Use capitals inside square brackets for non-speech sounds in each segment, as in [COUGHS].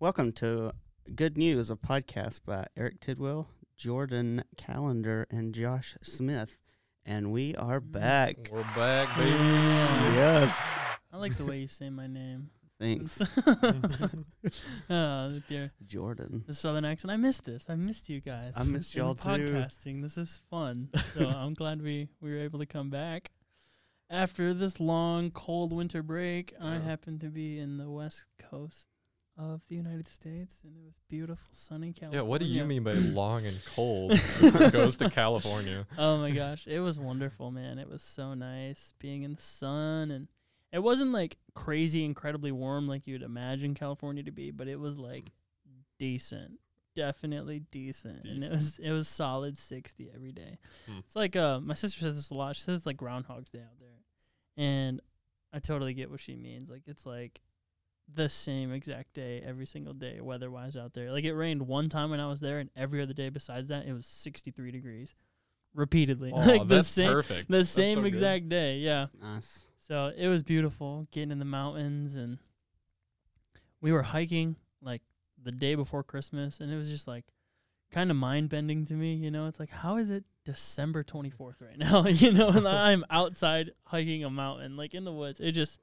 Welcome to Good News, a podcast by Eric Tidwell, Jordan Calendar, and Josh Smith. And we are back. We're back, baby. Yes. I like the way you say my name. [LAUGHS] [LAUGHS] Uh, Thanks, oh, dear. Jordan. The southern accent. I missed this. I missed you guys. I missed in the y'all too. Podcasting. This is [LAUGHS] fun. So I'm glad we we were able to come back after this long cold winter break. I Yeah. happened to be in the west coast of the United States, and it was beautiful, sunny California. Yeah, what do you [LAUGHS] mean [CLEARS THROAT] by long and cold? It goes to California. oh my gosh, it was wonderful, man. It was so nice being in the sun and it wasn't like crazy incredibly warm like you'd imagine California to be, but it was like decent. Definitely decent. And it was it was solid 60 every day. Hmm. It's like uh my sister says this a lot. She says it's like groundhog's day out there. And I totally get what she means. Like it's like the same exact day every single day weather-wise out there. Like it rained one time when I was there and every other day besides that it was 63 degrees repeatedly. [LAUGHS] [LAUGHS] Oh, like the that's same perfect. the That's so same good. exact day. Yeah. Nice. So it was beautiful getting in the mountains and we were hiking like the day before Christmas and it was just like kind of mind bending to me, you know. It's like how is it December 24th right now, [LAUGHS] you know, and I'm outside hiking a mountain like in the woods. It just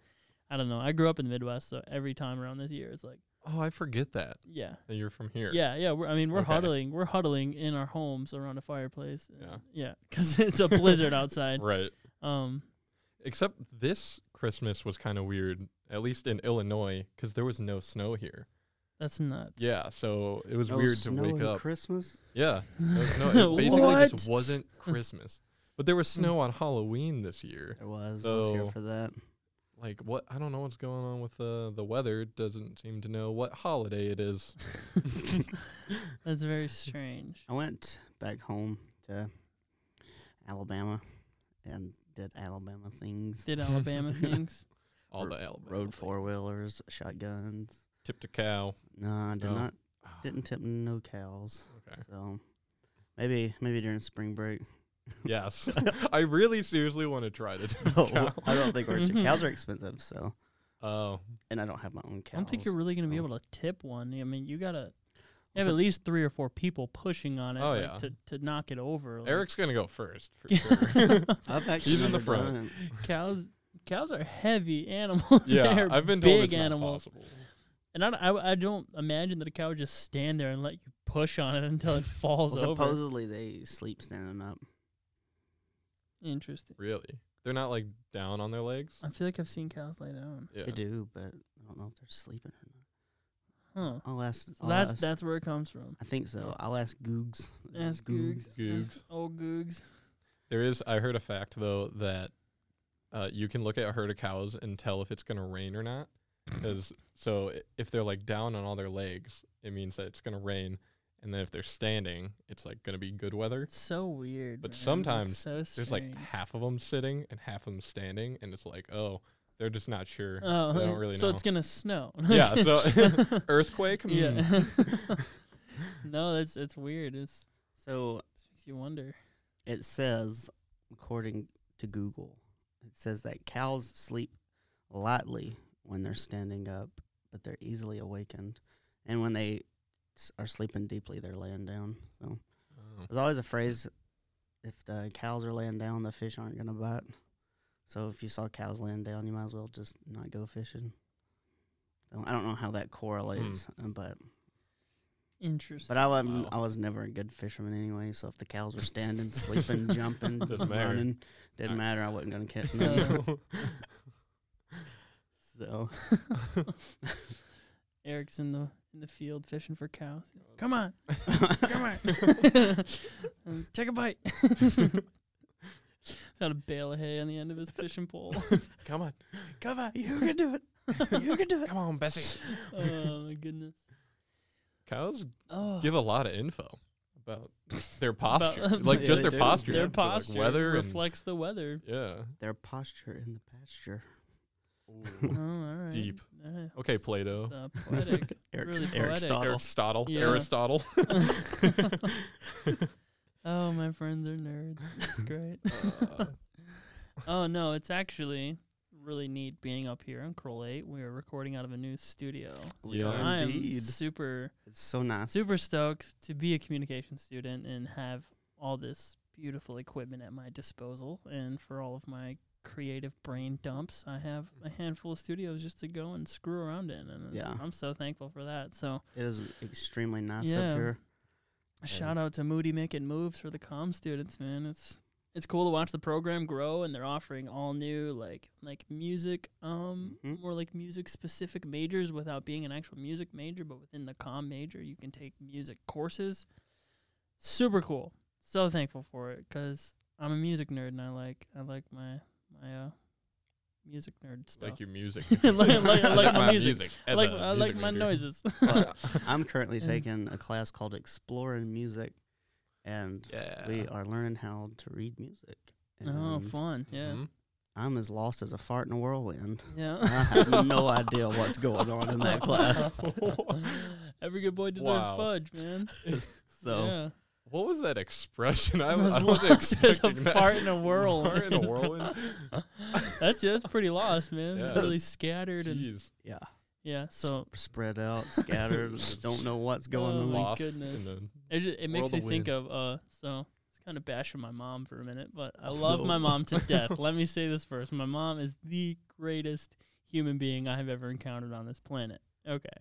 I don't know. I grew up in the Midwest, so every time around this year it's like, Oh, I forget that. yeah. that You're from here. Yeah, yeah. We're, I mean, we're Okay. huddling. We're huddling in our homes around a fireplace. Yeah. yeah, because [LAUGHS] it's a blizzard [LAUGHS] outside. Right. Um, Except this Christmas was kind of weird, at least in Illinois, because there was no snow here. that's nuts. [LAUGHS] Yeah, so it was No weird to snow wake and up. Christmas? yeah, no [LAUGHS] snow. It basically What? just wasn't Christmas. But there was snow on Halloween this year. There was. I was here So- for that. Like what? I don't know what's going on with the the weather. It doesn't seem to know what holiday it is. That's very [LAUGHS] strange. I went back home to Alabama and did Alabama things. Did [LAUGHS] Alabama things? All R- the Alabama Rode thing. four wheelers, shotguns. tip to cow. No, I did No. not. Didn't [LAUGHS] tip no cows. Okay. So maybe maybe during spring [LAUGHS] break. [LAUGHS] [LAUGHS] Yes. I really seriously want to try to tip No, cow. I don't think we're Mm-hmm. cows are expensive. So Oh, and I don't have my own cows. I don't think you're really going to be so- able to tip one. I mean, you got to have So- at least three or four people pushing on it Oh, like, yeah. to, to knock it over. like- [LAUGHS] Eric's gonna go first [LAUGHS] for sure. [LAUGHS] I've actually He's in the never done it. cows. Cows are heavy animals. [LAUGHS] yeah, They're I've been told big it's animals, not possible. and I, don't- I, I don't imagine that a cow would just stand there and let you push on it until [LAUGHS] it falls Well, over. supposedly they sleep standing up. Interesting. Really, they're not like down on their legs. I feel like I've seen cows lay down. Yeah. They do, but I don't know if they're sleeping or not. Huh. I'll ask. So I'll that's ask- that's where it comes from. I think so. I'll ask Googs. Ask Googs. Googs. Ask Old Googs. There is. I heard a fact though that uh, you can look at a herd of cows and tell if it's gonna rain or not. Because so i- if they're like down on all their legs, it means that it's gonna rain, and then if they're standing, it's like gonna be good weather. It's so weird. man. But That's sometimes so There's like strange. half of them sitting and half of them standing, and it's like, oh, they're just not sure. Oh, they don't really so know. it's gonna snow. [LAUGHS] yeah, so [LAUGHS] earthquake. Hmm. [LAUGHS] yeah. [LAUGHS] no, that's it's weird. It's, So it makes you wonder. it says, according to Google, it says that cows sleep lightly when they're standing up, but they're easily awakened. And when they s- are sleeping deeply, they're laying down. So Oh. there's always a phrase if the cows are laying down, the fish aren't going to bite. So if you saw cows laying down, you might as well just not go fishing. So I don't know how that correlates, uh, but Interesting. but I was Wow. I was never a good fisherman anyway. So if the cows were standing, [LAUGHS] sleeping, jumping, Doesn't matter. running, didn't Alright. matter. I wasn't gonna catch Uh, nothing. so Eric's in the in the field fishing for cows. Come on, [LAUGHS] come I [LAUGHS] on, Mm, take a bite. [LAUGHS] He's Got a bale of hay on the end of his fishing pole. [LAUGHS] Come on, Come on, you can do it. You can do it. come on, Bessie. [LAUGHS] Oh my [LAUGHS] goodness. Cows Oh, give a lot of info about their About- [LAUGHS] posture, like Yeah, just they their do. posture, their like posture weather, and- reflects the weather. [LAUGHS] yeah. their posture in the pasture. Oh, all right. Deep. Oh. Yeah. Okay, Plato, Uh, poetic. Eric, Really Eric poetic. Stoddle. Aristotle, Yeah. Aristotle. [LAUGHS] oh, [LAUGHS] [LAUGHS] my friends are nerds. It's great. Uh, oh no, it's actually really neat being up here in Kroll 8. We are recording out of a new studio. We Yeah. are I Oh, am indeed. super, It's so nice. super stoked to be a communication student and have all this beautiful equipment at my disposal. And for all of my creative brain dumps, I have a handful of studios just to go and screw around in. And it's- Yeah. I'm so thankful for that. So It is extremely nice Yeah. up [LAUGHS] here. shout out to Moody making moves for the comm students, man. It's it's cool to watch the program grow, and they're offering all new like like music, um, Mhm. Mm-hmm. more like music specific majors without being an actual music major, but within the comm major, you can take music courses. Super cool. So thankful for it because I'm a music nerd and I like I like my my uh, music nerd stuff. Like your music. I [LAUGHS] like- I [LAUGHS] like my music. I as like a I like music my major. noises. [LAUGHS] I'm currently Yeah. taking a class called Exploring Music, and [LAUGHS] yeah. we are learning how to read music. oh, And fun! Yeah, Mhm. I'm as lost as a fart in a whirlwind. yeah. I have no idea what's going on in [LAUGHS] that class. Every good boy deserves Wow. fudge, man. [LAUGHS] So yeah. What was that expression? I, I was [LAUGHS] was I lost wasn't as a expecting that. fart in a whirlwind. Fart in [LAUGHS] a whirlwind. [LAUGHS] that's that's pretty lost, man. Yeah, really that's- scattered and [LAUGHS] Jeez. yeah, yeah. So spread out, scattered, don't know what's going Oh on. my Lost goodness. in it, ju- it makes World me of think of uh. So it's kind of bashing my mom for a minute, but I love my mom to death. Let me say this first: my mom is the greatest human being I have ever encountered on this planet. Okay,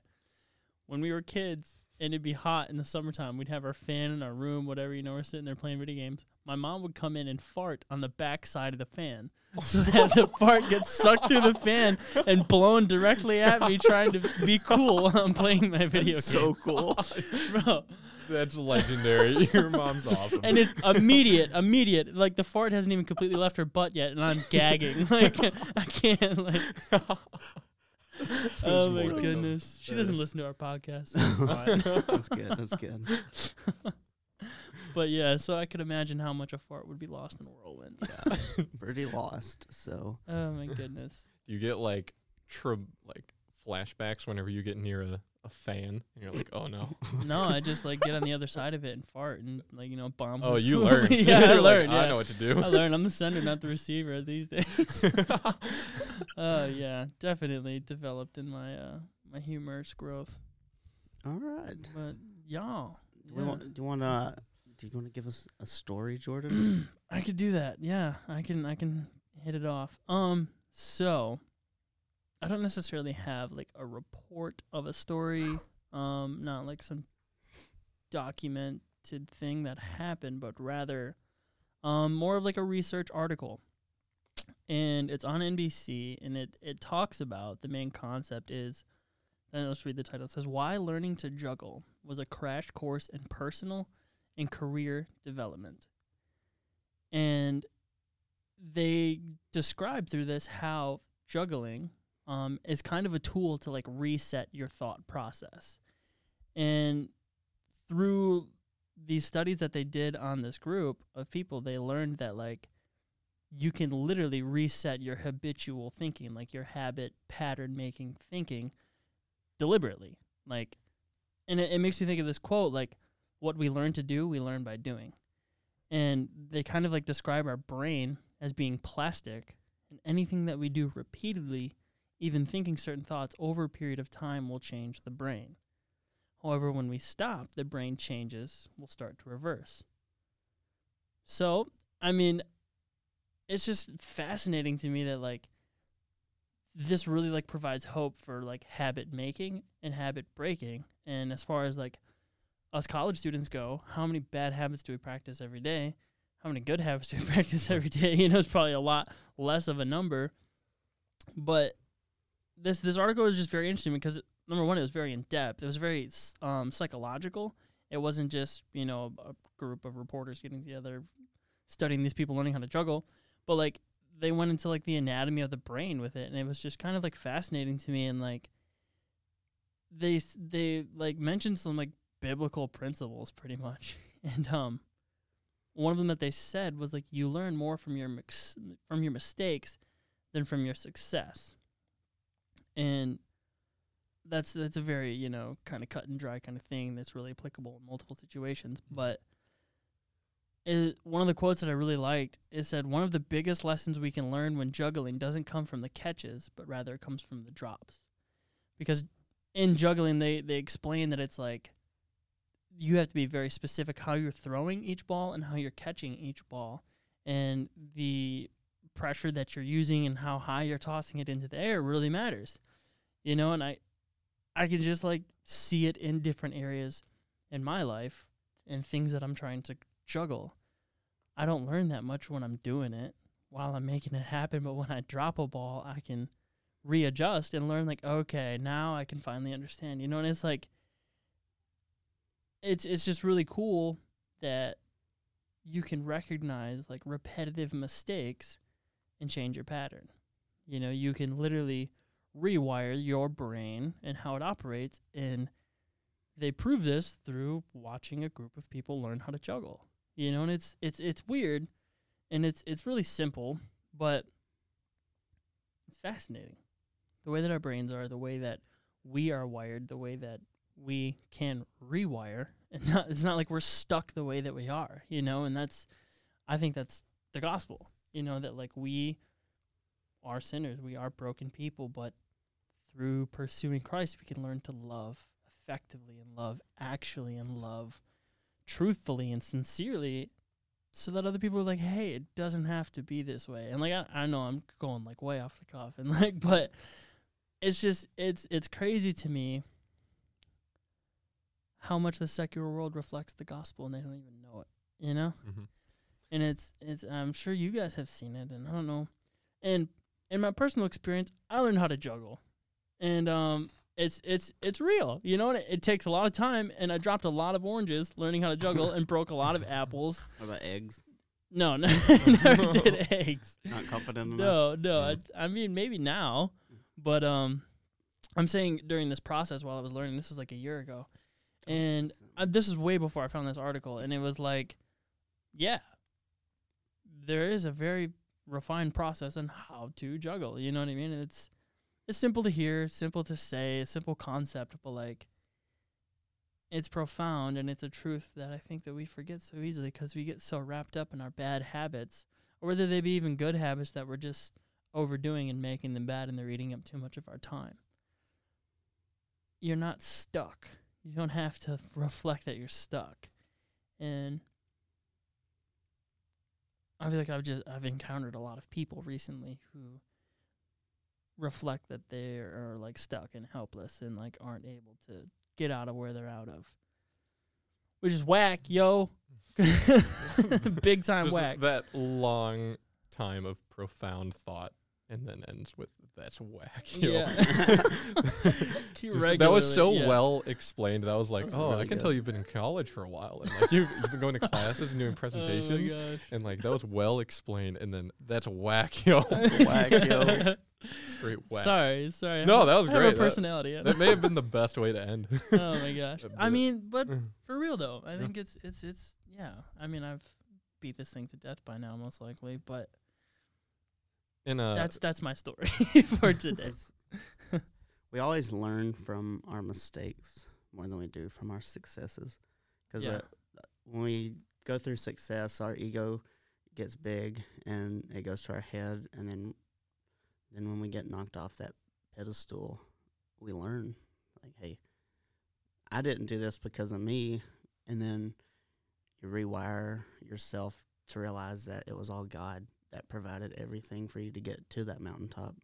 when we were kids. And it'd be hot in the summertime. We'd have our fan in our room, whatever, you know, we're sitting there playing video games. My mom would come in and fart on the back side of the fan. so that the fart gets sucked through the fan and blown directly at me trying to be cool while I'm playing my video game. so cool. [LAUGHS] Bro. the- [LAUGHS] That's legendary. [LAUGHS] Your mom's awesome. And it's immediate, immediate. Like the fart hasn't even completely left her butt yet and I'm gagging. [LAUGHS] Like I can't like Oh my more to come. goodness. She doesn't listen to our podcast. so it's fine. that's good. That's good. [LAUGHS] but yeah, so I could imagine how much a fart would be lost in a whirlwind. Yeah, pretty lost. So Oh my goodness. you get like tra- like flashbacks whenever you get near a, a fan and you're like, [LAUGHS] oh no. No, I just like get on the other side of it and fart and like, you know, bomb. [LAUGHS] Oh, you [LAUGHS] learned. yeah, I You're like, learned. yeah. I know what to do. I learned I'm the sender, not the receiver these days. Oh yeah, definitely developed in my uh my humorous growth. all right. But y'all, Do, we yeah. want, do you want to? Do you want to give us a story, [CLEARS THROAT] Jordan? I could do that. Yeah, I can I can hit it off. Um, so I don't necessarily have like a report of a story. Um, not like some documented thing that happened, but rather, um, more of like a research article. And it's on NBC, and it it talks about the main concept is. And let's read the title. It says, Why Learning to Juggle was a crash course in personal and career development and they describe through this how juggling um, is kind of a tool to like reset your thought process and through these studies that they did on this group of people they learned that like you can literally reset your habitual thinking like your habit pattern making thinking deliberately like and it, it makes me think of this quote like what we learn to do we learn by doing and they kind of like describe our brain as being plastic and anything that we do repeatedly even thinking certain thoughts over a period of time will change the brain however when we stop the brain changes will start to reverse so i mean it's just fascinating to me that like this really like provides hope for like habit making and habit breaking and as far as like us college students go, how many bad habits do we practice every day? How many good habits do we [LAUGHS] practice every day? You know, it's probably a lot less of a number. But this this article is just very interesting because number one, it was very in depth. It was very s- um, psychological. It wasn't just you know a group of reporters getting together, studying these people, learning how to juggle, but like they went into like the anatomy of the brain with it, and it was just kind of like fascinating to me. And like they s- they like mentioned some like biblical principles pretty much [LAUGHS] and um one of them that they said was like you learn more from your mix, from your mistakes than from your success and that's that's a very you know kind of cut and dry kind of thing that's really applicable in multiple situations but it, one of the quotes that I really liked is said, "One of the biggest lessons we can learn when juggling doesn't come from the catches, but rather it comes from the drops." Because in juggling, they they explain that it's like you have to be very specific how you're throwing each ball and how you're catching each ball, and the pressure that you're using and how high you're tossing it into the air really matters. You know, and I I can just like see it in different areas in my life and things that I'm trying to juggle. I don't learn that much when I'm doing it while I'm making it happen, but when I drop a ball, I can readjust and learn like, okay, now I can finally understand. You know, and it's like it's it's just really cool that you can recognize like repetitive mistakes and change your pattern. You know, you can literally rewire your brain and how it operates and they prove this through watching a group of people learn how to juggle. You know, and it's it's it's weird and it's it's really simple, but it's fascinating. The way that our brains are, the way that we are wired, the way that we can rewire [LAUGHS] and not it's not like we're stuck the way that we are, you know, and that's I think that's the gospel. You know, that like we are sinners, we are broken people, but through pursuing Christ we can learn to love effectively and love actually and love truthfully and sincerely so that other people are like hey it doesn't have to be this way and like I, I know i'm going like way off the cuff and [LAUGHS] like but it's just it's it's crazy to me how much the secular world reflects the gospel and they don't even know it you know [LAUGHS] Mm-hmm. and it's it's i'm sure you guys have seen it and i don't know and in my personal experience i learned how to juggle and um it's it's it's real you know and it, it takes a lot of time and i dropped a lot of oranges learning how to juggle and broke a lot of apples What about eggs? no [LAUGHS] no never did eggs Not confident enough. no no I, I mean maybe now but um i'm saying during this process while i was learning this was like a year ago and uh, this is way before I found this article, and it was like, yeah, there is a very refined process on how to juggle. You know what I mean? And It's it's simple to hear, simple to say, a simple concept, but like, it's profound and it's a truth that I think that we forget so easily because we get so wrapped up in our bad habits, or whether they be even good habits that we're just overdoing and making them bad, and they're eating up too much of our time. You're not stuck you don't have to reflect that you're stuck and i feel like i've just i've encountered a lot of people recently who reflect that they are like stuck and helpless and like aren't able to get out of where they're out of which is whack yo [LAUGHS] big time Just whack that long time of profound thought and then ends with that's [LAUGHS] whack. yo." [LAUGHS] Just- that was so well. well explained. That was like, That was oh, I really can good. tell you've been in college for a while, and like you've, you've been going to classes and [LAUGHS] [LAUGHS] Oh doing presentations, and like that was well explained. And then [LAUGHS] that's whack, yo, Whack, [LAUGHS] yo. straight whack. Sorry, sorry. I No, have- that was I have a great. That- personality. That may have been the best way to [LAUGHS] end. [LAUGHS] oh my gosh. That'd be I it. mean, but Mm. for real though, I Yeah. think it's it's it's yeah. I mean, I've beat this thing to death by now, most likely. But And uh, that's that's my [LAUGHS] story [LAUGHS] for today. It's- we always learn from our mistakes more than we do from our successes. Because Yeah. when we go through success, our ego gets big and it goes to our head, and then then when we get knocked off that pedestal, we learn like, hey, I didn't do this because of me, and then you rewire yourself to realize that it was all God that provided everything for you to get to that mountaintop.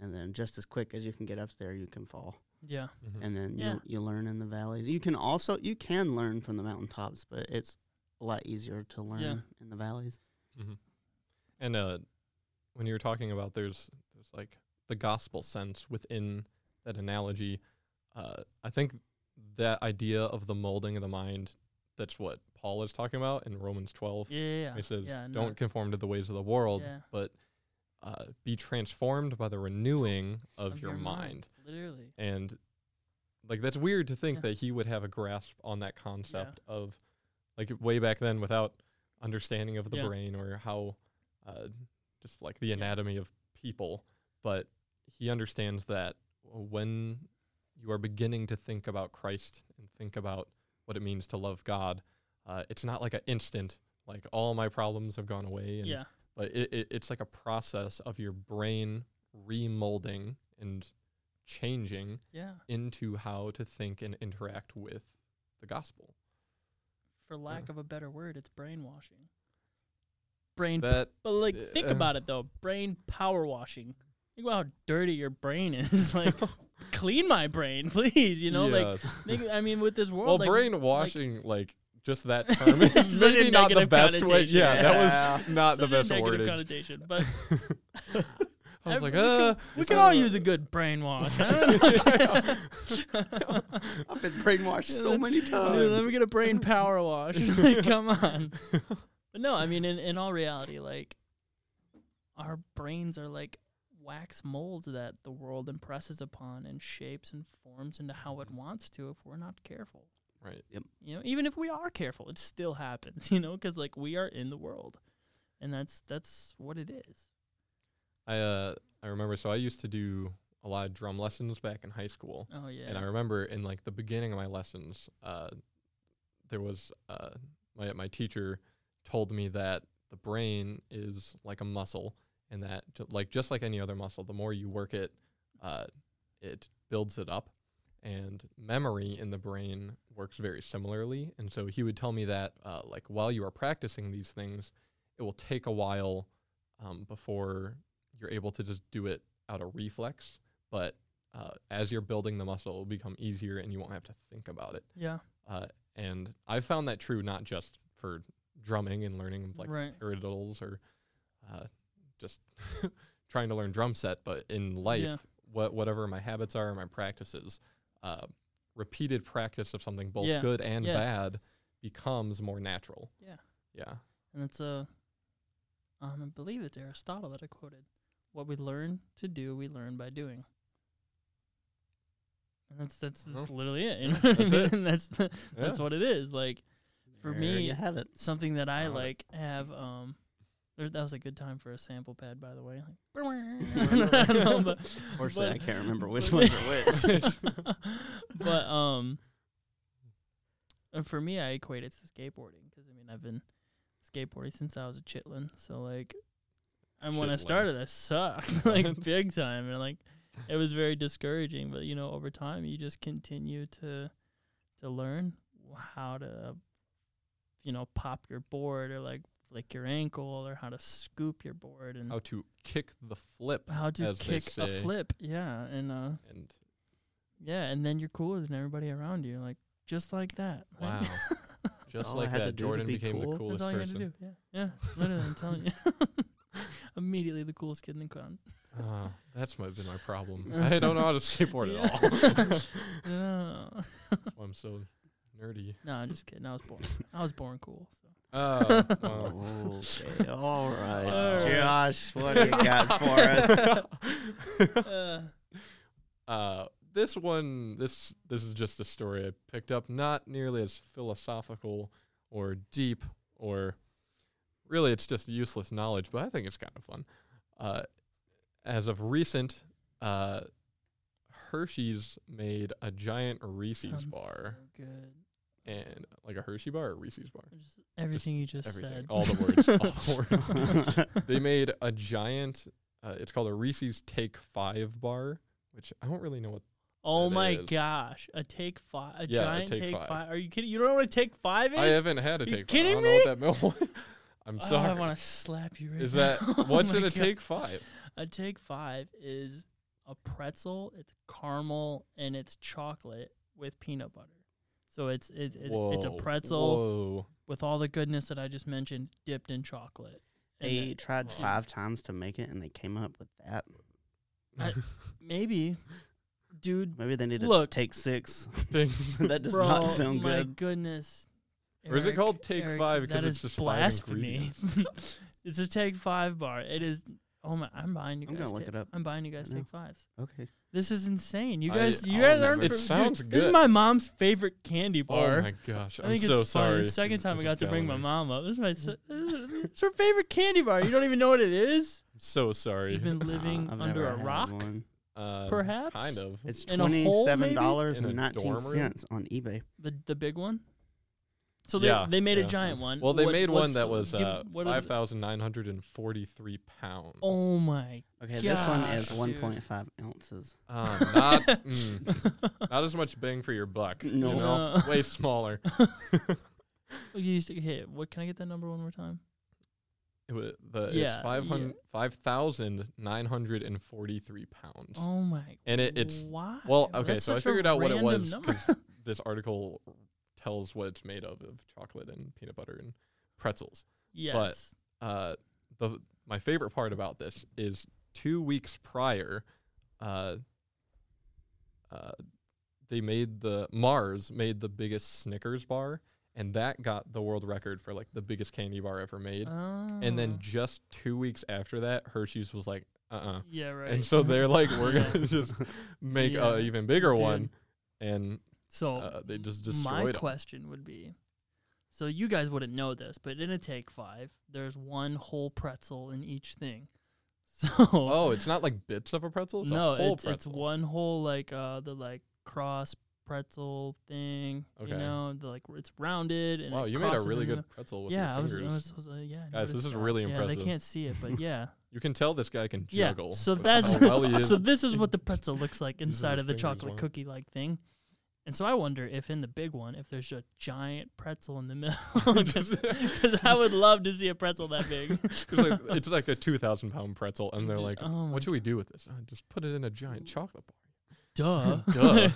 And then just as quick as you can get up there, you can fall. Yeah, mhm. And then Yeah. you, you learn in the valleys. You can also you can learn from the mountaintops, but it's a lot easier to learn in the valleys. mm-hmm. And uh, when you were talking about there's there's like the gospel sense within that analogy, uh, I think that idea of the molding of the mind that's what Paul is talking about in Romans 12. yeah, yeah. yeah. He says, yeah, "Don't not- conform to the ways of the world, Yeah. but uh, be transformed by the renewing of, your, mind." Literally. And like that's weird to think Yeah. that he would have a grasp on that concept of like way back then without understanding of the Yeah. brain or how uh, just like the anatomy of people. But he understands that when you are beginning to think about Christ and think about what it means to love God, uh, it's not like an instant, like all my problems have gone away and yeah. like it, it, it's like a process of your brain remolding and changing Yeah. into how to think and interact with the gospel For lack of a better word, it's brainwashing. Brain that But like, think Uh, about it though. Brain power washing. Think about how dirty your brain is. [LAUGHS] [LAUGHS] like, clean my brain, [LAUGHS] please. You know, like, yes. think, I mean, with this world, well like, brainwashing like, [LAUGHS] just that term is Such a maybe not the negative best way connotation. yeah, that was Yeah. not such the best a negative wordage connotation. [LAUGHS] But i was every- like we uh can- we can all use a good [LAUGHS] brainwash. I don't know. [LAUGHS] [LAUGHS] I've been brainwashed so Let- many Dude, let me times. get a [LAUGHS] brain power wash. like, come on. But no, I mean, in, in all reality, like, our brains are like wax molds that the world impresses upon and shapes and forms into how it wants to if we're not careful. Right. Yep. You know, even if we are careful, it still happens, [LAUGHS] you know, because, like, we are in the world. And that's that's what it is. i uh i remember so i used to do a lot of drum lessons back in high school Oh, yeah. And I remember in like the beginning of my lessons, uh, there was uh, my my teacher told me that the brain is like a muscle, and that ju- like just like any other muscle, the more you work it, uh, it builds it up. And memory in the brain works very similarly. And so he would tell me that uh, like while you are practicing these things, it will take a while um, before you're able to just do it out of reflex, but uh, as you're building the muscle, it will become easier and you won't have to think about it. yeah. Uh, and I found that true not just for drumming and learning like right. paradiddles or uh, just [LAUGHS] trying to learn drum set, but in life, Yeah. what whatever my habits are, my practices, uh, repeated practice of something both Yeah, good and yeah. bad becomes more natural. Yeah. Yeah. And it's a, um, I believe it's Aristotle that I quoted. What we learn to do, we learn by doing. And that's that's, that's Well, literally it. You know what I that's mean? [LAUGHS] it. And that's the, [LAUGHS] Yeah. that's what it is. Like for There me- you have it. something that I Got it. like have. Um, there, that was a good time for a sample pad, by the way. Like, [LAUGHS] [LAUGHS] [LAUGHS] I don't know, but Unfortunately, but- I can't [LAUGHS] remember which but- ones are which. [LAUGHS] but um, and for me, I equate it to skateboarding because I mean I've been skateboarding since I was a chitlin. So like, and when I Chitlin. started, I sucked [LAUGHS] like big time, and like it was very discouraging. But you know, over time, you just continue to to learn how to you know pop your board or like flick your ankle or how to scoop your board and How to kick the flip how to as they kick a say. flip. Yeah, and uh. and Yeah, and then you're cooler than everybody around you, like just like that. Like, [LAUGHS] wow. Just all I like had to that, do to Jordan be became the cool. coolest that's all you person. had to do. Yeah, yeah. Literally, I'm telling you. [LAUGHS] Immediately the coolest kid in the crowd. Uh, that's might have been my [LAUGHS] problem. I don't know how to skateboard at all. [LAUGHS] No, That's why I'm so nerdy. no, I'm just kidding. I was born. I was born cool. [LAUGHS] So. Oh, wow. Okay, all right. All right. Josh, what [LAUGHS] do you got for us? Uh, [LAUGHS] uh, this one, this this is just a story I picked up, not nearly as philosophical or deep or really it's just useless knowledge, but I think it's kind of fun. Uh, as of recent, uh, Hershey's made a giant Reese's sounds bar so good. and like a Hershey bar or a Reese's bar. Just everything you just everything. said. All the words. [LAUGHS] All the words. [LAUGHS] they made a giant. Uh, it's called a Reese's Take Five bar, which I don't really know what. oh It my is. gosh, a take five, a Yeah, a giant Take take, Five. five. Are you kidding? You don't know what a take five is? I haven't had a You Take kidding Five. I don't know what that meant. [LAUGHS] I'm Oh, sorry. I want to slap you right is now. that [LAUGHS] Oh what's my in a God. Take Five? A take five is a pretzel, it's caramel, and it's chocolate with peanut butter. So it's it's it's, it's a Whoa, pretzel Whoa. with all the goodness that I just mentioned, dipped in chocolate. And They that- tried Wow. five times to make it, and they came up with that. I- maybe, dude, Maybe they need to Look. take six. [LAUGHS] [LAUGHS] [LAUGHS] Dang. that does bro, not sound my [LAUGHS] good. goodness. Or is it called Take Five 'cause that it's is just five blasphemy. [LAUGHS] it's a take five bar. It is. Oh my! I'm buying you I'm guys. gonna look Ta- it up I'm buying you guys right now. take fives. Okay. This is insane. You I- guys, you I'll guys never- aren't. It fam- sounds dude, This good. is my mom's favorite candy bar. Oh my gosh! I I'm think so it's funny. sorry. The second This- time this I is got to bring my downright- mom up. This is my. [LAUGHS] s- This is, [LAUGHS] it's her favorite candy bar. You don't even know what it is. I'm so sorry. You've [LAUGHS] been Nah, living I've under never a had rock. one. Uh, Perhaps? Kind of. It's In a hole, twenty-seven maybe? dollars and In a nineteen dorm room? cents on eBay. The the big one. So they, Yeah, they made yeah. a giant one. Well, they What- made one what's- that was give- uh, what are the- 5,943 pounds. Oh my! [LAUGHS] Okay, this one is Gosh, 1.5 ounces. Uh, [LAUGHS] not, mm, not as much bang for your buck. You No. know? Way [LAUGHS] smaller. You used to hit. What can I get that number one more time? It was the Yeah, it's 500 yeah. 5,943 pounds. Oh my! And it- it's- why? Well, okay, That's so I such a figured out what it random [LAUGHS] was number. because this article tells what it's made of of chocolate and peanut butter and pretzels. [LAUGHS] yes. Uh, the my favorite part about this is two weeks prior, uh, uh, they made the Mars made the biggest Snickers bar, and that got the world record for like the biggest candy bar ever made. And Oh. then just two weeks after that, Hershey's was like, uh uh yeah, right. And so they're like, we're Yeah. [LAUGHS] gonna just make a Yeah. even bigger Dude. one, and so uh, they just my destroyed 'em. question would be, so you guys wouldn't know this, but in a take five, there's one whole pretzel in each thing. [LAUGHS] So Oh, it's not like bits of a pretzel. It's no, a whole it's it's pretzel. one whole like uh the like cross pretzel thing. Okay. You know, the, like r- it's rounded and wow, it you made a crosses really in the good middle. pretzel with Yeah, I your was, I fingers. was, was, uh, yeah. I Guys, this noticed is that. really Yeah, impressive. They can't see it, [LAUGHS] but yeah, you can tell this guy can yeah. juggle. So with that's how well he [LAUGHS] is. so. This is what the pretzel looks [LAUGHS] like Uses inside his of the fingers chocolate long. cookie like thing. And so I wonder if in the big one, if there's a giant pretzel in the middle, [LAUGHS] [LAUGHS] Just- because I would love to see a pretzel that big. 'Cause, like, it's like a two thousand pound pretzel, [LAUGHS] and they're like, oh my "What should we do with this? Uh, just put it in a giant chocolate bar." [LAUGHS] duh [LAUGHS] [LAUGHS] Duh.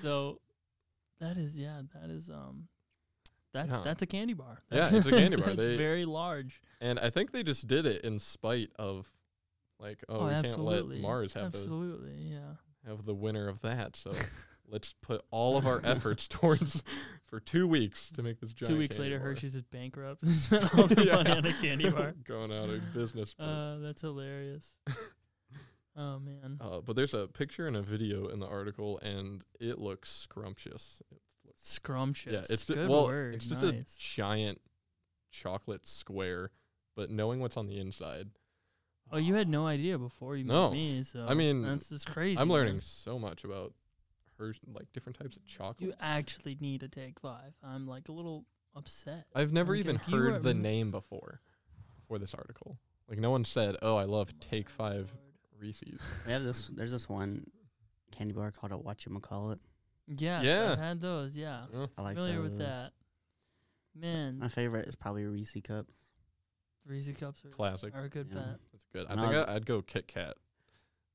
so that is yeah that is um that's Yeah. that's a candy bar Yeah, That's- it's a candy bar. it's They- very large And I think they just did it in spite of, like, oh, we can't let Mars have the absolutely yeah have the winner of [LAUGHS] that. So let's put all of our efforts towards for two weeks to make this giant. two weeks candy later bar. hershey's is bankrupt [LAUGHS] They spent all [LAUGHS] their money on a candy bar going out of business. But, uh, uh that's [LAUGHS] hilarious oh man Uh, but there's a picture and a video in the article, and it looks scrumptious. It looks, scrumptious yeah, it's ju- good well, word it's just nice. a giant chocolate square, but knowing what's on the inside, oh you had no idea before you No. met me so mean, that's just crazy I'm man. learning so much about her like different types of chocolate. you actually need to take five i'm like a little upset I've never Okay, even you heard are the really- name before for this article. Like no one said, "Oh, I love Take Five Reese's." We have this. There's this one candy bar called a whatchamacallit. Yeah, Yeah. I've had those. Yeah, Oh, I like familiar with those. that. My Man, favorite is probably Reese cups. Reese cups are, Classic. are a good Yeah. bet. That's good. I And I think was- I, I'd go [LAUGHS] Kit Kat.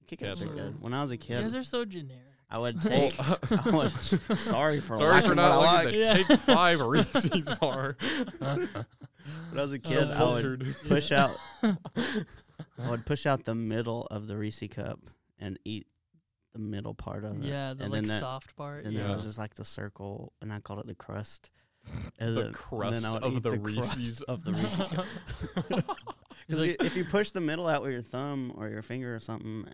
Kit Kats are Kats are good. When I was a You guys kid, are so generic. I [LAUGHS] would Well, [LAUGHS] take. uh, [LAUGHS] I would- [LAUGHS] sorry for Sorry liking for what not I liking like. the like. Yeah. [LAUGHS] Take Five Reese's [LAUGHS] bar. [LAUGHS] When I was a So kid, I would cultured. [LAUGHS] push out. I would push out the middle of the Reese cup and eat the middle part of it. yeah, the and like then that- soft part. And yeah. then Yeah. there was just like the circle, and I called it the [LAUGHS] crust. And The then- and then crust I would of eat the crust Reese's. of [LAUGHS] the Reese's. He's Because like, if you push the middle out with your thumb or your finger or something,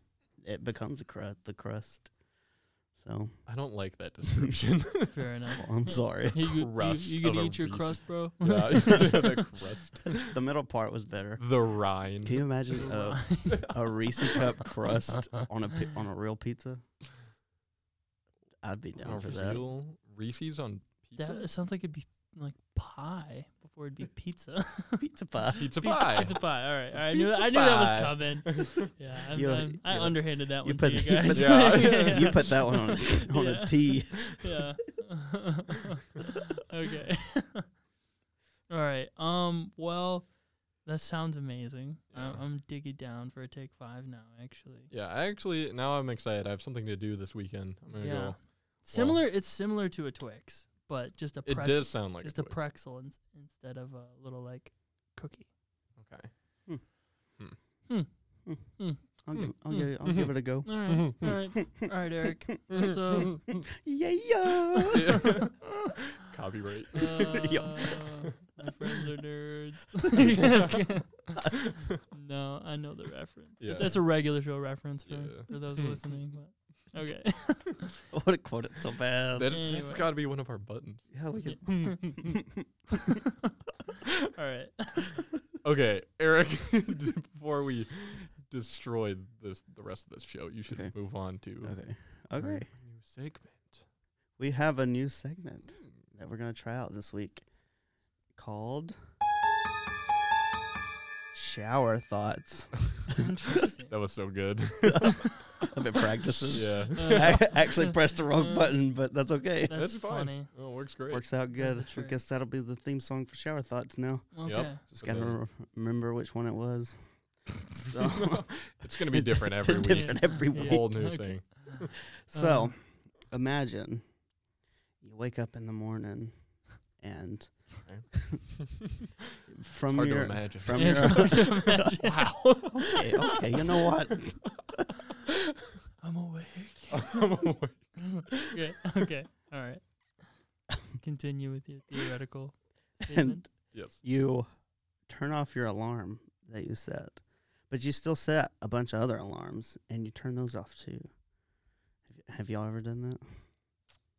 it becomes the crust. The crust. So I don't like that description. [LAUGHS] fair enough. well, I'm sorry. [LAUGHS] You, you, crust you gonna of a eat your Reese's. crust, bro? [LAUGHS] [LAUGHS] yeah, [LAUGHS] the crust, the middle part was better. the rind. Can you imagine a, a Reese cup crust on a pi- on a real pizza? I'd be down A for that. real Reese's on pizza. That it sounds like it'd be like pie before it'd be pizza. Pizza [LAUGHS] pie. [LAUGHS] Pizza- Pizza pie. Pizza pie. All right. It's a I knew. pizza I knew that was pie. coming. [LAUGHS] Yeah. I'm, You- I'm- I you- underhanded that you one put- to you [LAUGHS] you put- guys. [LAUGHS] Yeah. You put [LAUGHS] that one on a, on Yeah. a T. yeah. [LAUGHS] okay. [LAUGHS] All right. Um. Well, that sounds amazing. Yeah. I, I'm digging down for a take five now. Actually. Yeah, I actually now I'm excited. I have something to do this weekend. I'm gonna Yeah. go. Similar. it's similar to a Twix, but just a It pretzel, does sound like just a a Twix. pretzel in, instead of a little like cookie. Okay. I'll, Mm, give, I'll, mm, give, it- I'll [LAUGHS] give it a go. All right. Mm-hmm. all right. All right, [LAUGHS] Eric. [LAUGHS] So. Yeah, yeah. [LAUGHS] Yeah. [LAUGHS] Copyright. [LAUGHS] Uh, my friends are nerds. [LAUGHS] no, I know the reference. Yeah. That's a regular show reference for, Yeah. Mm-hmm. for those listening. [LAUGHS] But okay. I want to quote it so bad. That, Anyway. That's got to be one of our buttons. yeah, we could. [LAUGHS] All right. [LAUGHS] Okay, Eric. [LAUGHS] before we destroy this, the rest of this show, you should Okay. move on to Okay. our Okay. new segment. We have a new segment. Hmm. that we're going to try out this week called Shower Thoughts. [LAUGHS] Interesting. That was [LAUGHS] so good. I've been [LAUGHS] practicing. yeah. I actually pressed the wrong [LAUGHS] button, but that's okay. Uh, That's, [LAUGHS] That's fine. funny. Oh, it works great. Works out That's the good. I trick. guess that'll be the theme song for Shower Thoughts now. Okay. Just So got to then- remember which one it was. So, [LAUGHS] it's gonna be different every week. [LAUGHS] different every Yeah. week. [LAUGHS] Whole new Okay. thing. Uh-huh. So, imagine you wake up in the morning and [LAUGHS] from Hard to your [LAUGHS] imagine. [LAUGHS] from Yeah, it's your hard to imagine. okay, okay, you know what? I'm awake. I'm awake. okay. Okay. All right. Continue with your theoretical [LAUGHS] And statement. [LAUGHS] yes. you turn off your alarm that you set, but you still set a bunch of other alarms and you turn those off too. Have y- Have y'all ever done [LAUGHS] that?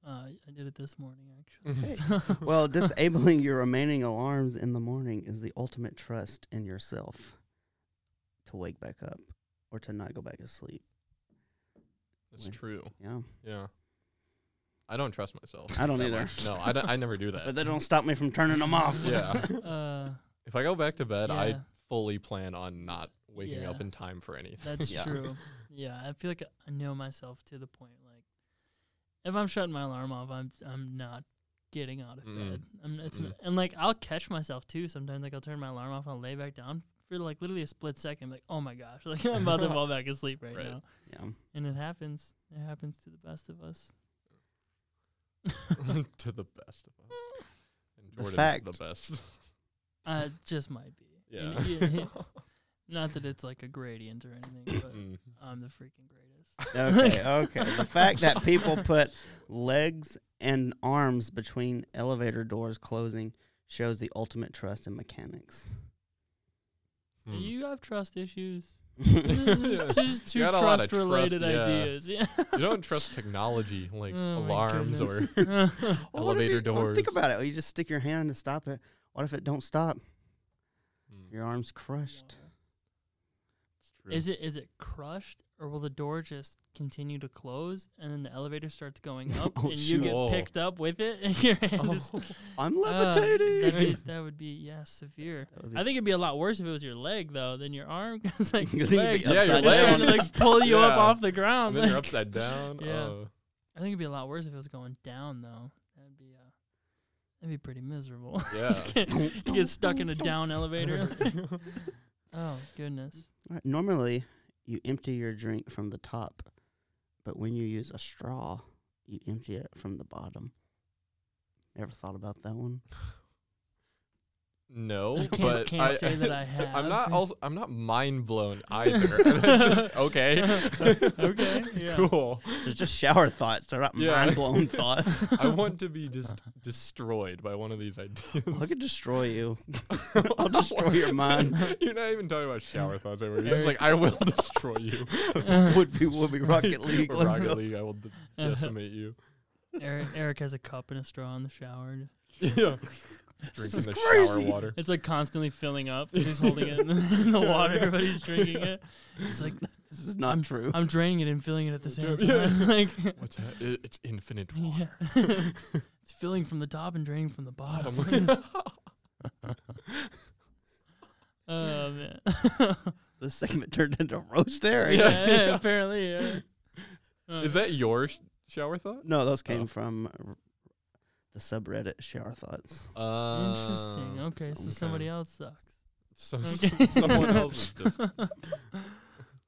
Uh, I did it this morning, actually. Well, disabling your remaining alarms in the morning is the ultimate trust in yourself to wake back up or to not go back to sleep. That's true. Yeah. Yeah. I don't trust [LAUGHS] myself. I don't that either. much. No, I, don't- I never do [LAUGHS] that. But that don't stop me from turning them off. yeah. [LAUGHS] Uh, If I go back to bed, I Yeah. fully plan on not waking up Yeah. in time for anything. [LAUGHS] that's Yeah. true. Yeah, I feel like I know myself to the point like, if I'm shutting my alarm off, I'm I'm not getting out of Mm. bed. I'm, it's Mm. and like I'll catch myself too. Sometimes like I'll turn my alarm off, I'll lay back down for like literally a split second, like oh my gosh, [LAUGHS] like I'm about [LAUGHS] to fall back asleep right, Right. now. [LAUGHS] Yeah. And it happens. It happens to the best of [LAUGHS] us. [LAUGHS] to the best of us. And The Jordan's fact- the best. [LAUGHS] Uh, it just might be. Yeah. And it- it- not that it's like a gradient or anything, but [LAUGHS] Mm. I'm the freaking greatest. Okay, okay. [LAUGHS] The fact that [LAUGHS] people put legs and arms between elevator doors closing shows the ultimate trust in mechanics. [LAUGHS] Hmm. You have trust issues. [LAUGHS] Yeah. this is just- this is two got a lot of trust related trust, yeah. ideas. Yeah. You don't trust technology [LAUGHS] like Oh my alarms or goodness. [LAUGHS] [LAUGHS] yeah. Well, what if Elevator you- well, Think doors. about it. You just stick your hand to stop it. What if it don't stop? Mm, Your arm's crushed. it's true. Is it is it crushed or will the door just continue to close and then the elevator starts going up [LAUGHS] Oh, and you shoot. get Whoa. picked up with it [LAUGHS] and your hand [LAUGHS] just I'm Uh, levitating. [LAUGHS] that'd be- that would be yeah severe. That would be- I think it'd be a lot worse if it was your leg though than your arm [LAUGHS] [LAUGHS] because like 'Cause then you'd your be leg, [LAUGHS] Yeah, your is trying to leg. like pull you up Yeah. off the ground. And then you're like- upside down. Oh [LAUGHS] Yeah. Oh. I think it'd be a lot worse if it was going down though. That'd be uh, that'd be pretty miserable. [LAUGHS] Yeah. you get stuck in a down [LAUGHS] elevator. [LAUGHS] oh goodness. Right, Normally, you empty your drink from the top, but when you use a straw, you empty it from the bottom. Ever thought about that one? No, I can't- but can't I, say that I [LAUGHS] I'm not have. also I'm not [LAUGHS] mind blown either. [LAUGHS] Just, okay. [LAUGHS] Okay. Yeah. Cool. They're just shower [LAUGHS] thoughts. They're not Yeah. mind [LAUGHS] blown thoughts. [LAUGHS] I want to be just destroyed by one of these ideas. I could destroy you. [LAUGHS] I'll destroy your mind. You're not even talking about shower thoughts anymore. You're just like, I will [LAUGHS] destroy you. [LAUGHS] [LAUGHS] would be would be Rocket League. Let's Rocket go. League, I will [LAUGHS] d- decimate you. [LAUGHS] Eric, Eric has a cup and a straw in the shower. yeah. Drinking is the shower crazy. water. It's like constantly filling up. He's holding it in the, in the water, but he's drinking [LAUGHS] it. It's like This is not true. I'm draining it and filling it at the same Yeah. time. [LAUGHS] Like, What's that? I- It's infinite [LAUGHS] water. yeah, [LAUGHS] it's filling from the top and draining from the bottom. [LAUGHS] oh man. this segment turned into roast dairy. yeah, yeah, apparently. Yeah. Uh, [LAUGHS] Is that your sh- shower thought? No, those came Oh. from r- the subreddit shower thoughts. interesting? Uh, okay, so okay. somebody else sucks. So, Okay. [LAUGHS] someone [LAUGHS] else is just. [LAUGHS]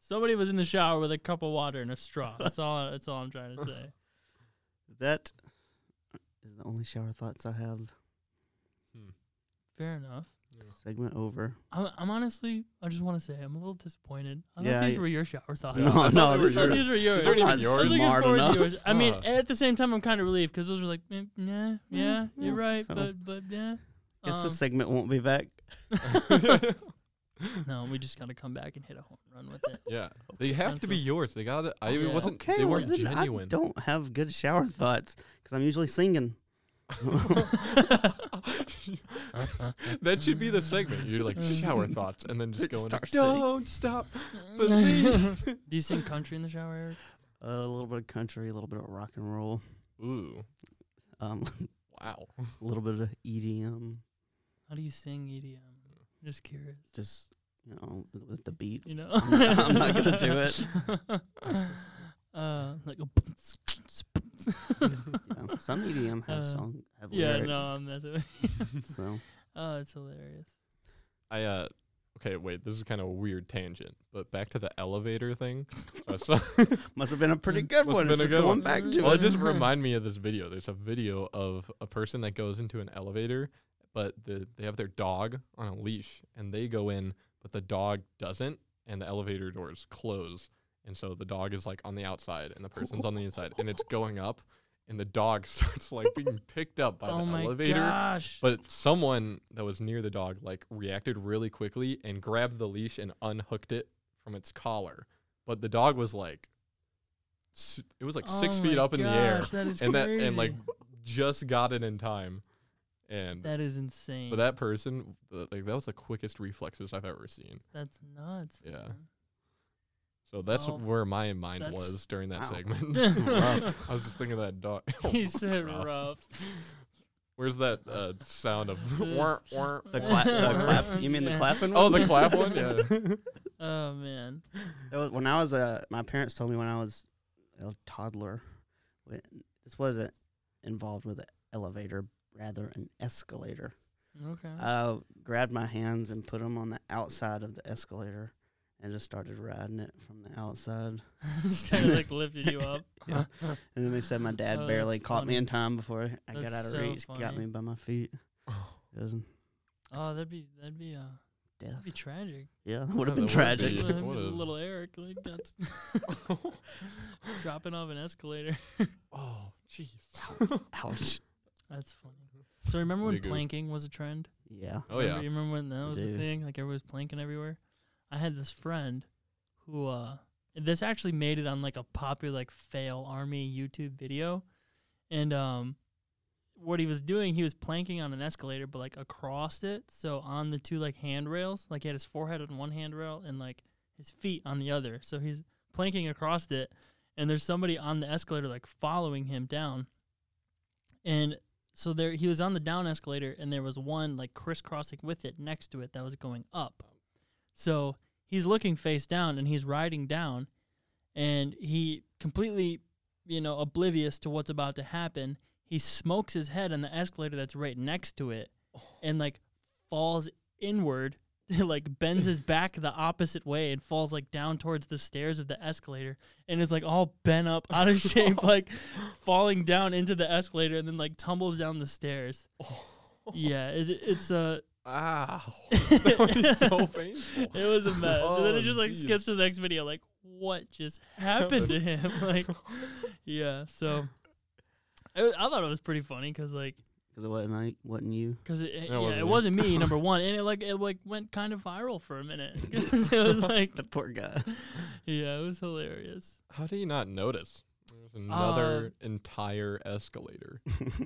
Somebody was in the shower with a cup of water and a straw. That's all. That's all I'm trying to say. That is the only shower thoughts I have. Hmm. Fair enough. Segment over. I'm, I'm honestly, I just want to say, I'm a little disappointed. I Yeah, thought these you- were your shower thoughts. [LAUGHS] I No, thought no, they were these I thought are yours. these were yours. These aren't even I'm not I yours. was looking smart forward to enough. yours. I mean, Fuck. at the same time, I'm kind of relieved because those were like, mm, yeah, yeah, you're yeah, right, so- but but yeah. Guess Um, this segment won't be back. [LAUGHS] no, we just gotta come back and hit a home run with [LAUGHS] it. Yeah, they have to be Expensive. yours. They got it. I Yeah. it wasn't. Okay, they well, weren't then I genuine. don't [LAUGHS] have good shower thoughts because I'm usually singing. [LAUGHS] that should be the segment. [LAUGHS] You're like shower thoughts, and then just It go into starts singing. stop. [LAUGHS] Do you sing country in the shower, Eric? a little bit of country, a little bit of rock and roll. Ooh, Um, [LAUGHS] Wow. a little bit of E EDM, How do you sing E EDM? Just curious. just you know, with the beat. You [LAUGHS] know, I'm not gonna do it. [LAUGHS] uh, like a You know. Some EDM have Uh, song have yeah, lyrics. no, I'm messing. with- [LAUGHS] So Oh, it's hilarious. I uh okay, wait, this is kind of a weird tangent, but back to the [LAUGHS] elevator thing. Uh, [LAUGHS] so Mm, must have been a pretty good Must've one. been If a it's good going one. back to [LAUGHS] well, it. it just remind me of this video. There's a video of a person that goes into an elevator, but the, they have their dog on a leash and they go in, but the dog doesn't, and the elevator doors close. And so the dog is like on the outside and the person's on the inside and [LAUGHS] it's going up and the dog [LAUGHS] starts like being picked up by oh the my elevator. gosh! But someone that was near the dog like reacted really quickly and grabbed the leash and unhooked it from its collar. But the dog was like, s- it was like six six feet up in the air, Oh That is and that crazy. and like just got it in time. And that is insane. but that person, th- like that was the quickest reflexes I've ever seen. that's nuts. Yeah. So that's Well, where my mind Oh, that's- was during that Wow. [LAUGHS] segment. [LAUGHS] man. Rough. I was just thinking of [LAUGHS] that dog. [LAUGHS] he said Rough. rough. [LAUGHS] Where's that uh, sound of? This- [LAUGHS] [LAUGHS] the, cla- the clap. You mean the Yeah. clapping? Oh, one? the [LAUGHS] clap [LAUGHS] one. Yeah. Oh man. That was- when I was a, my parents told me when I was a toddler, when, this wasn't involved with an elevator, rather an escalator. Okay. Uh, [LAUGHS] I grabbed my hands and put them on the outside of the escalator, and just started riding it from the outside. Just kind of [LAUGHS] like lifted you up. Yeah. And then they said my dad Oh, barely that's caught me funny. in time before I I got That's out of so reach. Got funny. me by my [LAUGHS] feet. It was Oh, that'd be that'd be uh death. that'd be tragic. [LAUGHS] yeah, would have that been would tragic. be- That'd be what a- little Eric like got [LAUGHS] s- [LAUGHS] dropping off an escalator. Oh, jeez. [LAUGHS] Ouch. That's [LAUGHS] funny. So remember when Pretty good. planking was a trend? Yeah. Oh Remember- yeah. You remember when that was the Dude. thing? Like everyone was planking everywhere. I had this friend who uh this actually made it on like a popular like fail army YouTube video. And um what he was doing, he was planking on an escalator but like across it. So on the two like handrails, like he had his forehead on one handrail and like his feet on the other. So he's planking across it and there's somebody on the escalator like following him down. And so there he was on the down escalator and there was one like crisscrossing with it next to it that was going up. So he's looking face down and he's riding down and he completely, you know, oblivious to what's about to happen, he smokes his head on the escalator that's right next to it and like falls inward, [LAUGHS] like bends his back the opposite way and falls like down towards the stairs of the escalator and is like all bent up, out of shape, like falling down into the escalator and then like tumbles down the stairs. Oh. Yeah, it, it's uh, Ow. [LAUGHS] That was so painful. it was a mess. and then it Oh, just like jeez. skips to the next video, like what just happened to him? [LAUGHS] Like, yeah. So I, I thought it was pretty funny because like Because it wasn't I, wasn't you. because it, it- No, it yeah, it wasn't wasn't me number one, and it like it like went kind of viral for a minute. 'Cause it was like The poor guy. yeah, it was hilarious. How do you not notice? There's Um, another entire escalator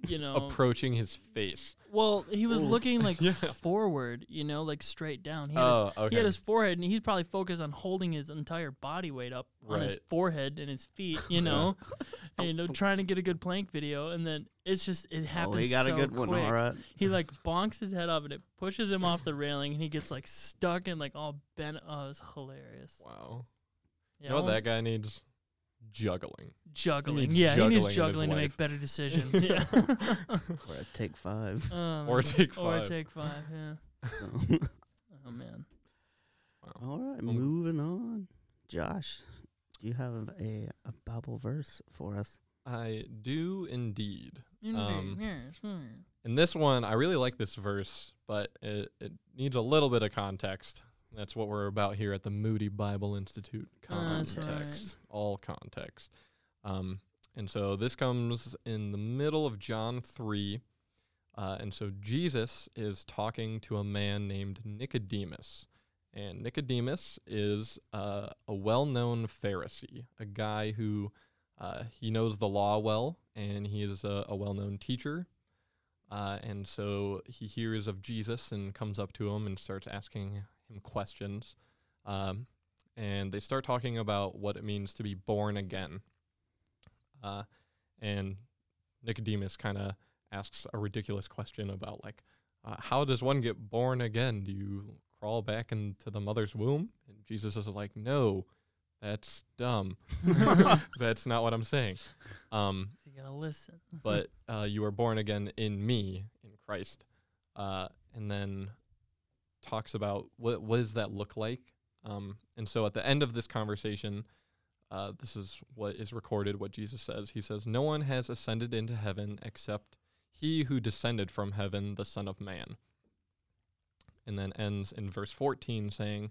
You know, approaching his face. well he was Ooh. looking like Yeah. forward, you know, like straight down. He had his Oh, He okay. had his forehead, and he's probably focused on holding his entire body weight up on his Right. forehead and his feet, you [LAUGHS] know, [LAUGHS] and, you know, trying to get a good plank video. And then it's just it Oh, happens. he got so a good one. quick. All [LAUGHS] right. He like bonks his head up, and it pushes him off the railing, and he gets like stuck and like all bent. Oh, it's hilarious. wow. Yeah, you know all what that guy needs? Juggling. juggling. needs yeah, he juggling in needs his juggling to life. make [LAUGHS] better decisions. yeah. Or a take [LAUGHS] five. [LAUGHS] Oh, Or man. take Or five. take five. Yeah. So. Oh man. Wow. all right. Mm. Moving on. Josh, do you have a, a Bible verse for [LAUGHS] us? [LAUGHS] I do indeed. Um, Yes, hmm. [LAUGHS] And this one, I really like this verse, but it, it needs a little bit of context. That's what we're about here at the Moody Bible Institute. Oh, that's Context, right. all context. Um, and so this comes in the middle of John 3. Uh, and so Jesus is talking to a man named Nicodemus. And Nicodemus is uh, a well known Pharisee, a guy who uh, he knows the law well, and he is a, a well known teacher. Uh, and so he hears of Jesus and comes up to him and starts asking him questions. Um, and they start talking about what it means to be born again. Uh, and Nicodemus kind of asks a ridiculous question about like, uh, how does one get born again? Do you crawl back into the mother's womb? And Jesus is like, no, that's dumb. that's not what I'm saying. Um, So you gotta [LAUGHS] listen. [LAUGHS] but uh, you were born again in me, in Christ. Uh, and then talks about what what does that look like. Um, and so at the end of this conversation, uh, this is what is recorded. What Jesus says. He says, "No one has ascended into heaven except he who descended from heaven, the Son of Man." And then ends in verse 14 saying,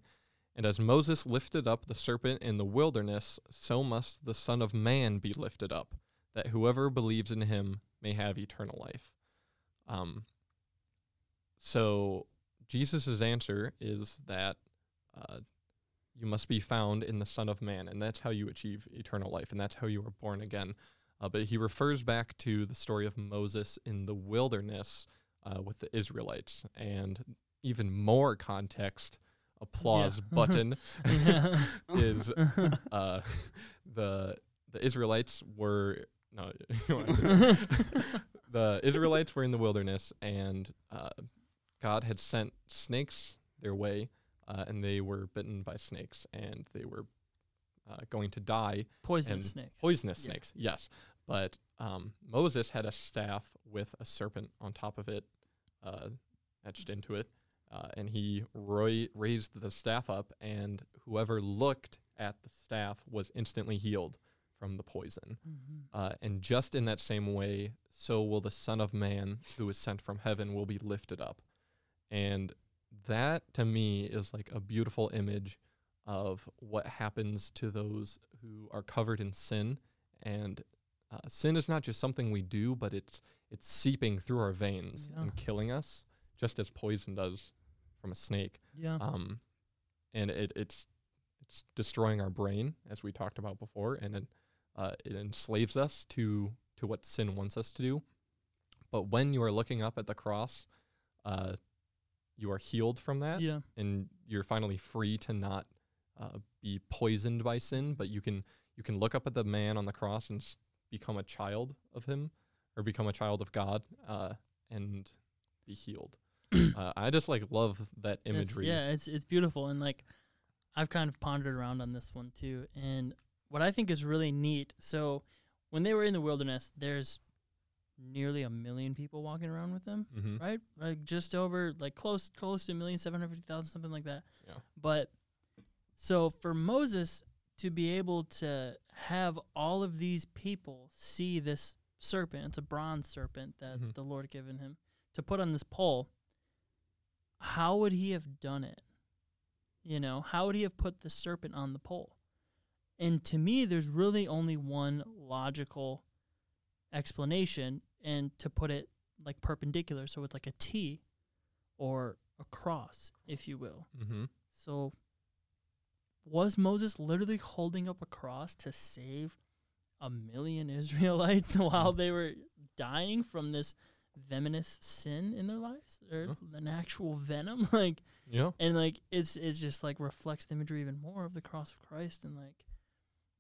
"And as Moses lifted up the serpent in the wilderness, so must the Son of Man be lifted up." that whoever believes in him may have eternal life. Um, so Jesus' answer is that uh, you must be found in the Son of Man, and that's how you achieve eternal life, and that's how you are born again. Uh, but he refers back to the story of Moses in the wilderness uh, with the Israelites, and even more context applause Yeah. button Yeah. is uh, the the Israelites were no [LAUGHS] the Israelites were in the wilderness and uh, God had sent snakes their way uh, and they were bitten by snakes and they were uh, going to die Poisonous and snakes. Yeah. poisonous snakes yes but um, Moses had a staff with a serpent on top of it uh, etched into it uh, and he roi- raised the staff up and whoever looked at the staff was instantly healed from the poison Mhm. uh, and just in that same way, so will the Son of Man who is sent from heaven will be lifted up. And that to me is like a beautiful image of what happens to those who are covered in sin. And uh, sin is not just something we do, but it's it's seeping through our veins Yeah. and killing us, just as poison does from a snake Yeah. um, and it, it's it's destroying our brain as we talked about before, and it, uh, it enslaves us to to what sin wants us to do. But when you are looking up at the cross, uh, you are healed from that, yeah. and you're finally free to not uh, be poisoned by sin. But you can you can look up at the man on the cross and s- become a child of him, or become a child of God, uh, and [CLEARS THROAT] be healed. uh, I just like love that It's- imagery. yeah, it's it's beautiful and like I've kind of pondered around on this one too. And what I think is really neat, so when they were in the wilderness, there's nearly a million people walking around with them, Mm-hmm. right? Like just over like close close to a million seven hundred fifty thousand, something like that. Yeah. But so for Moses to be able to have all of these people see this serpent, it's a bronze serpent that Mhm. the Lord had given him to put on this pole, how would he have done it? You know, how would he have put the serpent on the pole? And to me, there's really only one logical explanation, and to put it like perpendicular, so it's like a T or a cross, if you will. Mm-hmm. So, was Moses literally holding up a cross to save a million [LAUGHS] Israelites Mm. while they were dying from this venomous sin in their lives, or an actual venom? [LAUGHS] Like, Yeah. and like it's it's just like reflects the imagery even more of the cross of Christ and like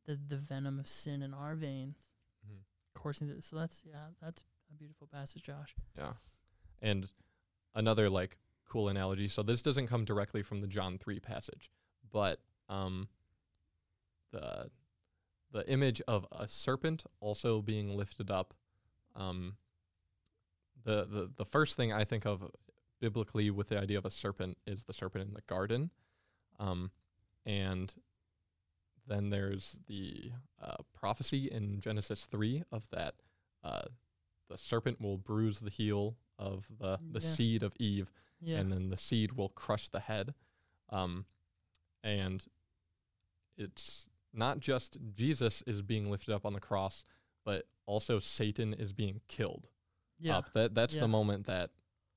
the the venom of sin in our veins Mhm. coursing through. So that's yeah, that's a beautiful passage, Josh. Yeah. And another like cool analogy. So this doesn't come directly from the John 3 passage, but um the the image of a serpent also being lifted up um the the, the first thing I think of biblically with the idea of a serpent is the serpent in the garden. Um and then there's the uh, prophecy in Genesis 3 of that uh, the serpent will bruise the heel of the, the Yeah. seed of Eve, Yeah, and then the seed will crush the head. Um, and it's not just Jesus is being lifted up on the cross, but also Satan is being killed yeah, up. That that's Yeah. the moment that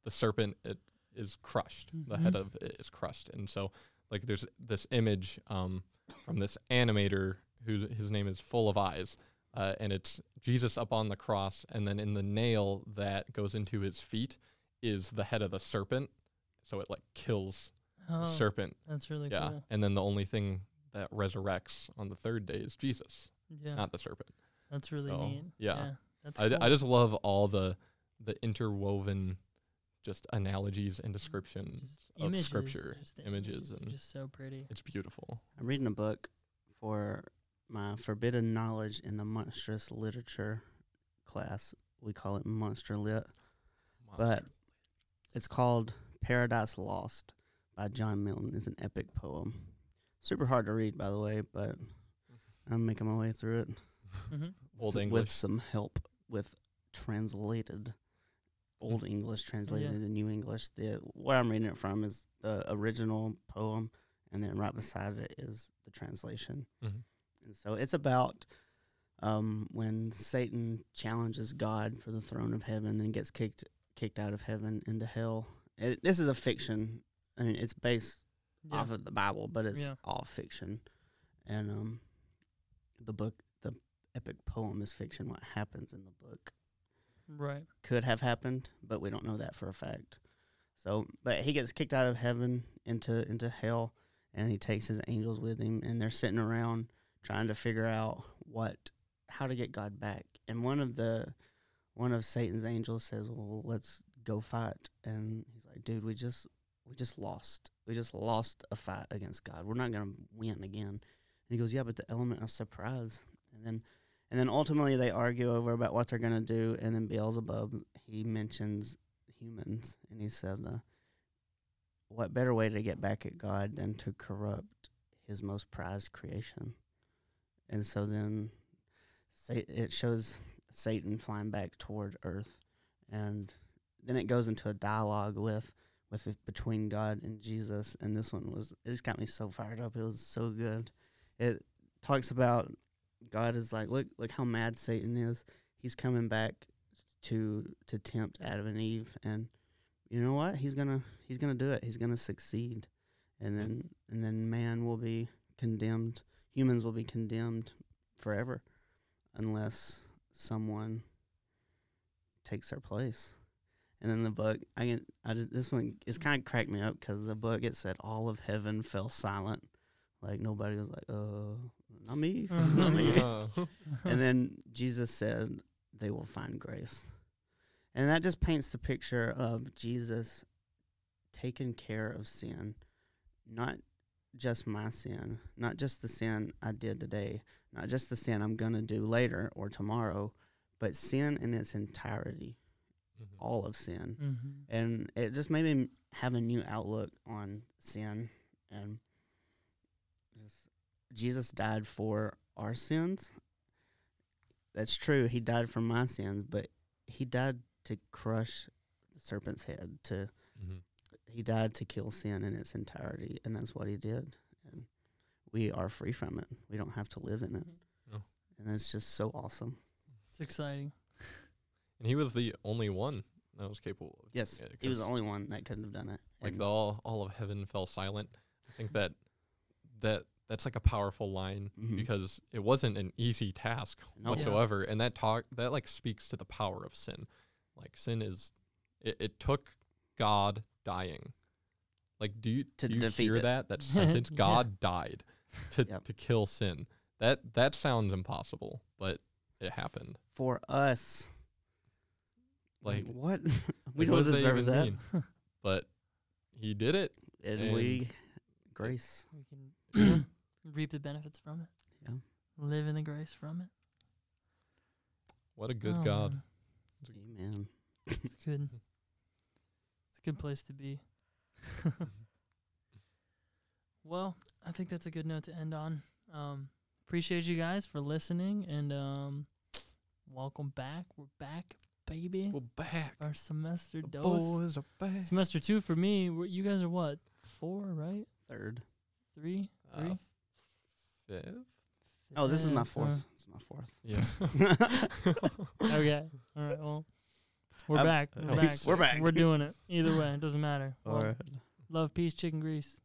the serpent it is crushed. The head Mm-hmm. of it is crushed, and so like there's this image um, from this animator who his name is Full of Eyes, uh, and it's Jesus up on the cross, and then in the nail that goes into his feet is the head of the serpent. So it like kills oh, the serpent, that's really yeah, cool. and then the only thing that resurrects on the third day is Jesus, Yeah, not the serpent. that's really so, neat. yeah. that's I, d- cool. I just love all the the interwoven just analogies and descriptions Just of scripture. just the images are and- just so pretty. It's beautiful. I'm reading a book for my forbidden knowledge in the monstrous literature class. We call it Monster Lit. But- It's called Paradise Lost by John Milton. It's an epic poem. Super hard to read, by the way, but I'm making my way through it hmm [LAUGHS] [LAUGHS] old with English. some help with translated Mm. old English translated into New English. The where I'm reading it from is the original poem, and then right beside it is the translation. Mhm. And so it's about um, when Satan challenges God for the throne of heaven and gets kicked kicked out of heaven into hell. It, this is a fiction. I mean, it's based Yeah. off of the Bible, but it's Yeah. all fiction. And um, the book, the epic poem is fiction. What happens in the book Right. could have happened, but we don't know that for a fact. So, but he gets kicked out of heaven into into hell, and he takes his angels with him, and they're sitting around trying to figure out what, how to get God back. And one of the, one of Satan's angels says, "Well, let's go fight." And he's like, "Dude, we just we just lost. We just lost a fight against God. We're not gonna win again." And he goes, "Yeah, but the element of surprise." And then and then ultimately they argue over about what they're going to do. And then Beelzebub, he mentions humans. And he said, uh, what better way to get back at God than to corrupt his most prized creation? And so then Sa- it shows Satan flying back toward earth. And then it goes into a dialogue with with it between God and Jesus. And this one was, it just got me so fired up. It was so good. It talks about God is like, look, look how mad Satan is. He's coming back to to tempt Adam and Eve, and you know what? He's gonna he's gonna do it. He's gonna succeed, and then and then man will be condemned. Humans will be condemned forever, unless someone takes their place. And then the book, I can, I just this one, it's kind of cracked me up because the book it said all of heaven fell silent, like nobody was like, uh, not me, not [LAUGHS] me Uh, and then Jesus said, "They will find grace," and that just paints the picture of Jesus taking care of sin, not just my sin, not just the sin I did today, not just the sin I'm gonna do later or tomorrow, but sin in its entirety, mhm. [LAUGHS] all of sin, Mhm. and it just made me have a new outlook on sin and just Jesus died for our sins. That's true. He died for my sins, but he died to crush the serpent's head. To Mhm. he died to kill sin in its entirety, and that's what he did. And we are free from it. We don't have to live in it, No. and that's just so awesome. It's exciting. And he was the only one that was capable of Yes, doing it, he was the 'cause, only one that couldn't have done it. like And the all, all of heaven fell silent. I think that that that's like a powerful line Mhm. because it wasn't an easy task No. Yeah. whatsoever. And that talk that like speaks to the power of sin. Like sin is it, it took God dying. Like do you, To do you defeat hear it. that? [LAUGHS] That sentence? Yeah. God died to, Yep. to kill sin. That that sounds impossible, but it happened. for us, Like [LAUGHS] what? we like, don't what does deserve even that, [LAUGHS] mean? but he did it. and, And- we grace. We [COUGHS] can reap the benefits from it. Yeah. Live in the grace from it. What a good Oh, God. man. Amen. It's good. It's a good place to [LAUGHS] be. well, I think that's a good note to end on. Um, appreciate you guys for listening and um, welcome back. We're back, baby. We're back. Our semester The dose. boys are back. Semester two for me. we you guys are what? Four, right? Third. Three? Uh, Three? fifth? Oh, this is my Fifth, uh, fourth. This is my fourth. [LAUGHS] Yes. [LAUGHS] [LAUGHS] okay. All right. Well, we're I'm- back. We're Okay. [LAUGHS] back. We're back. We're doing it. Either way, it doesn't matter. Well, Alright. Love, peace, chicken grease.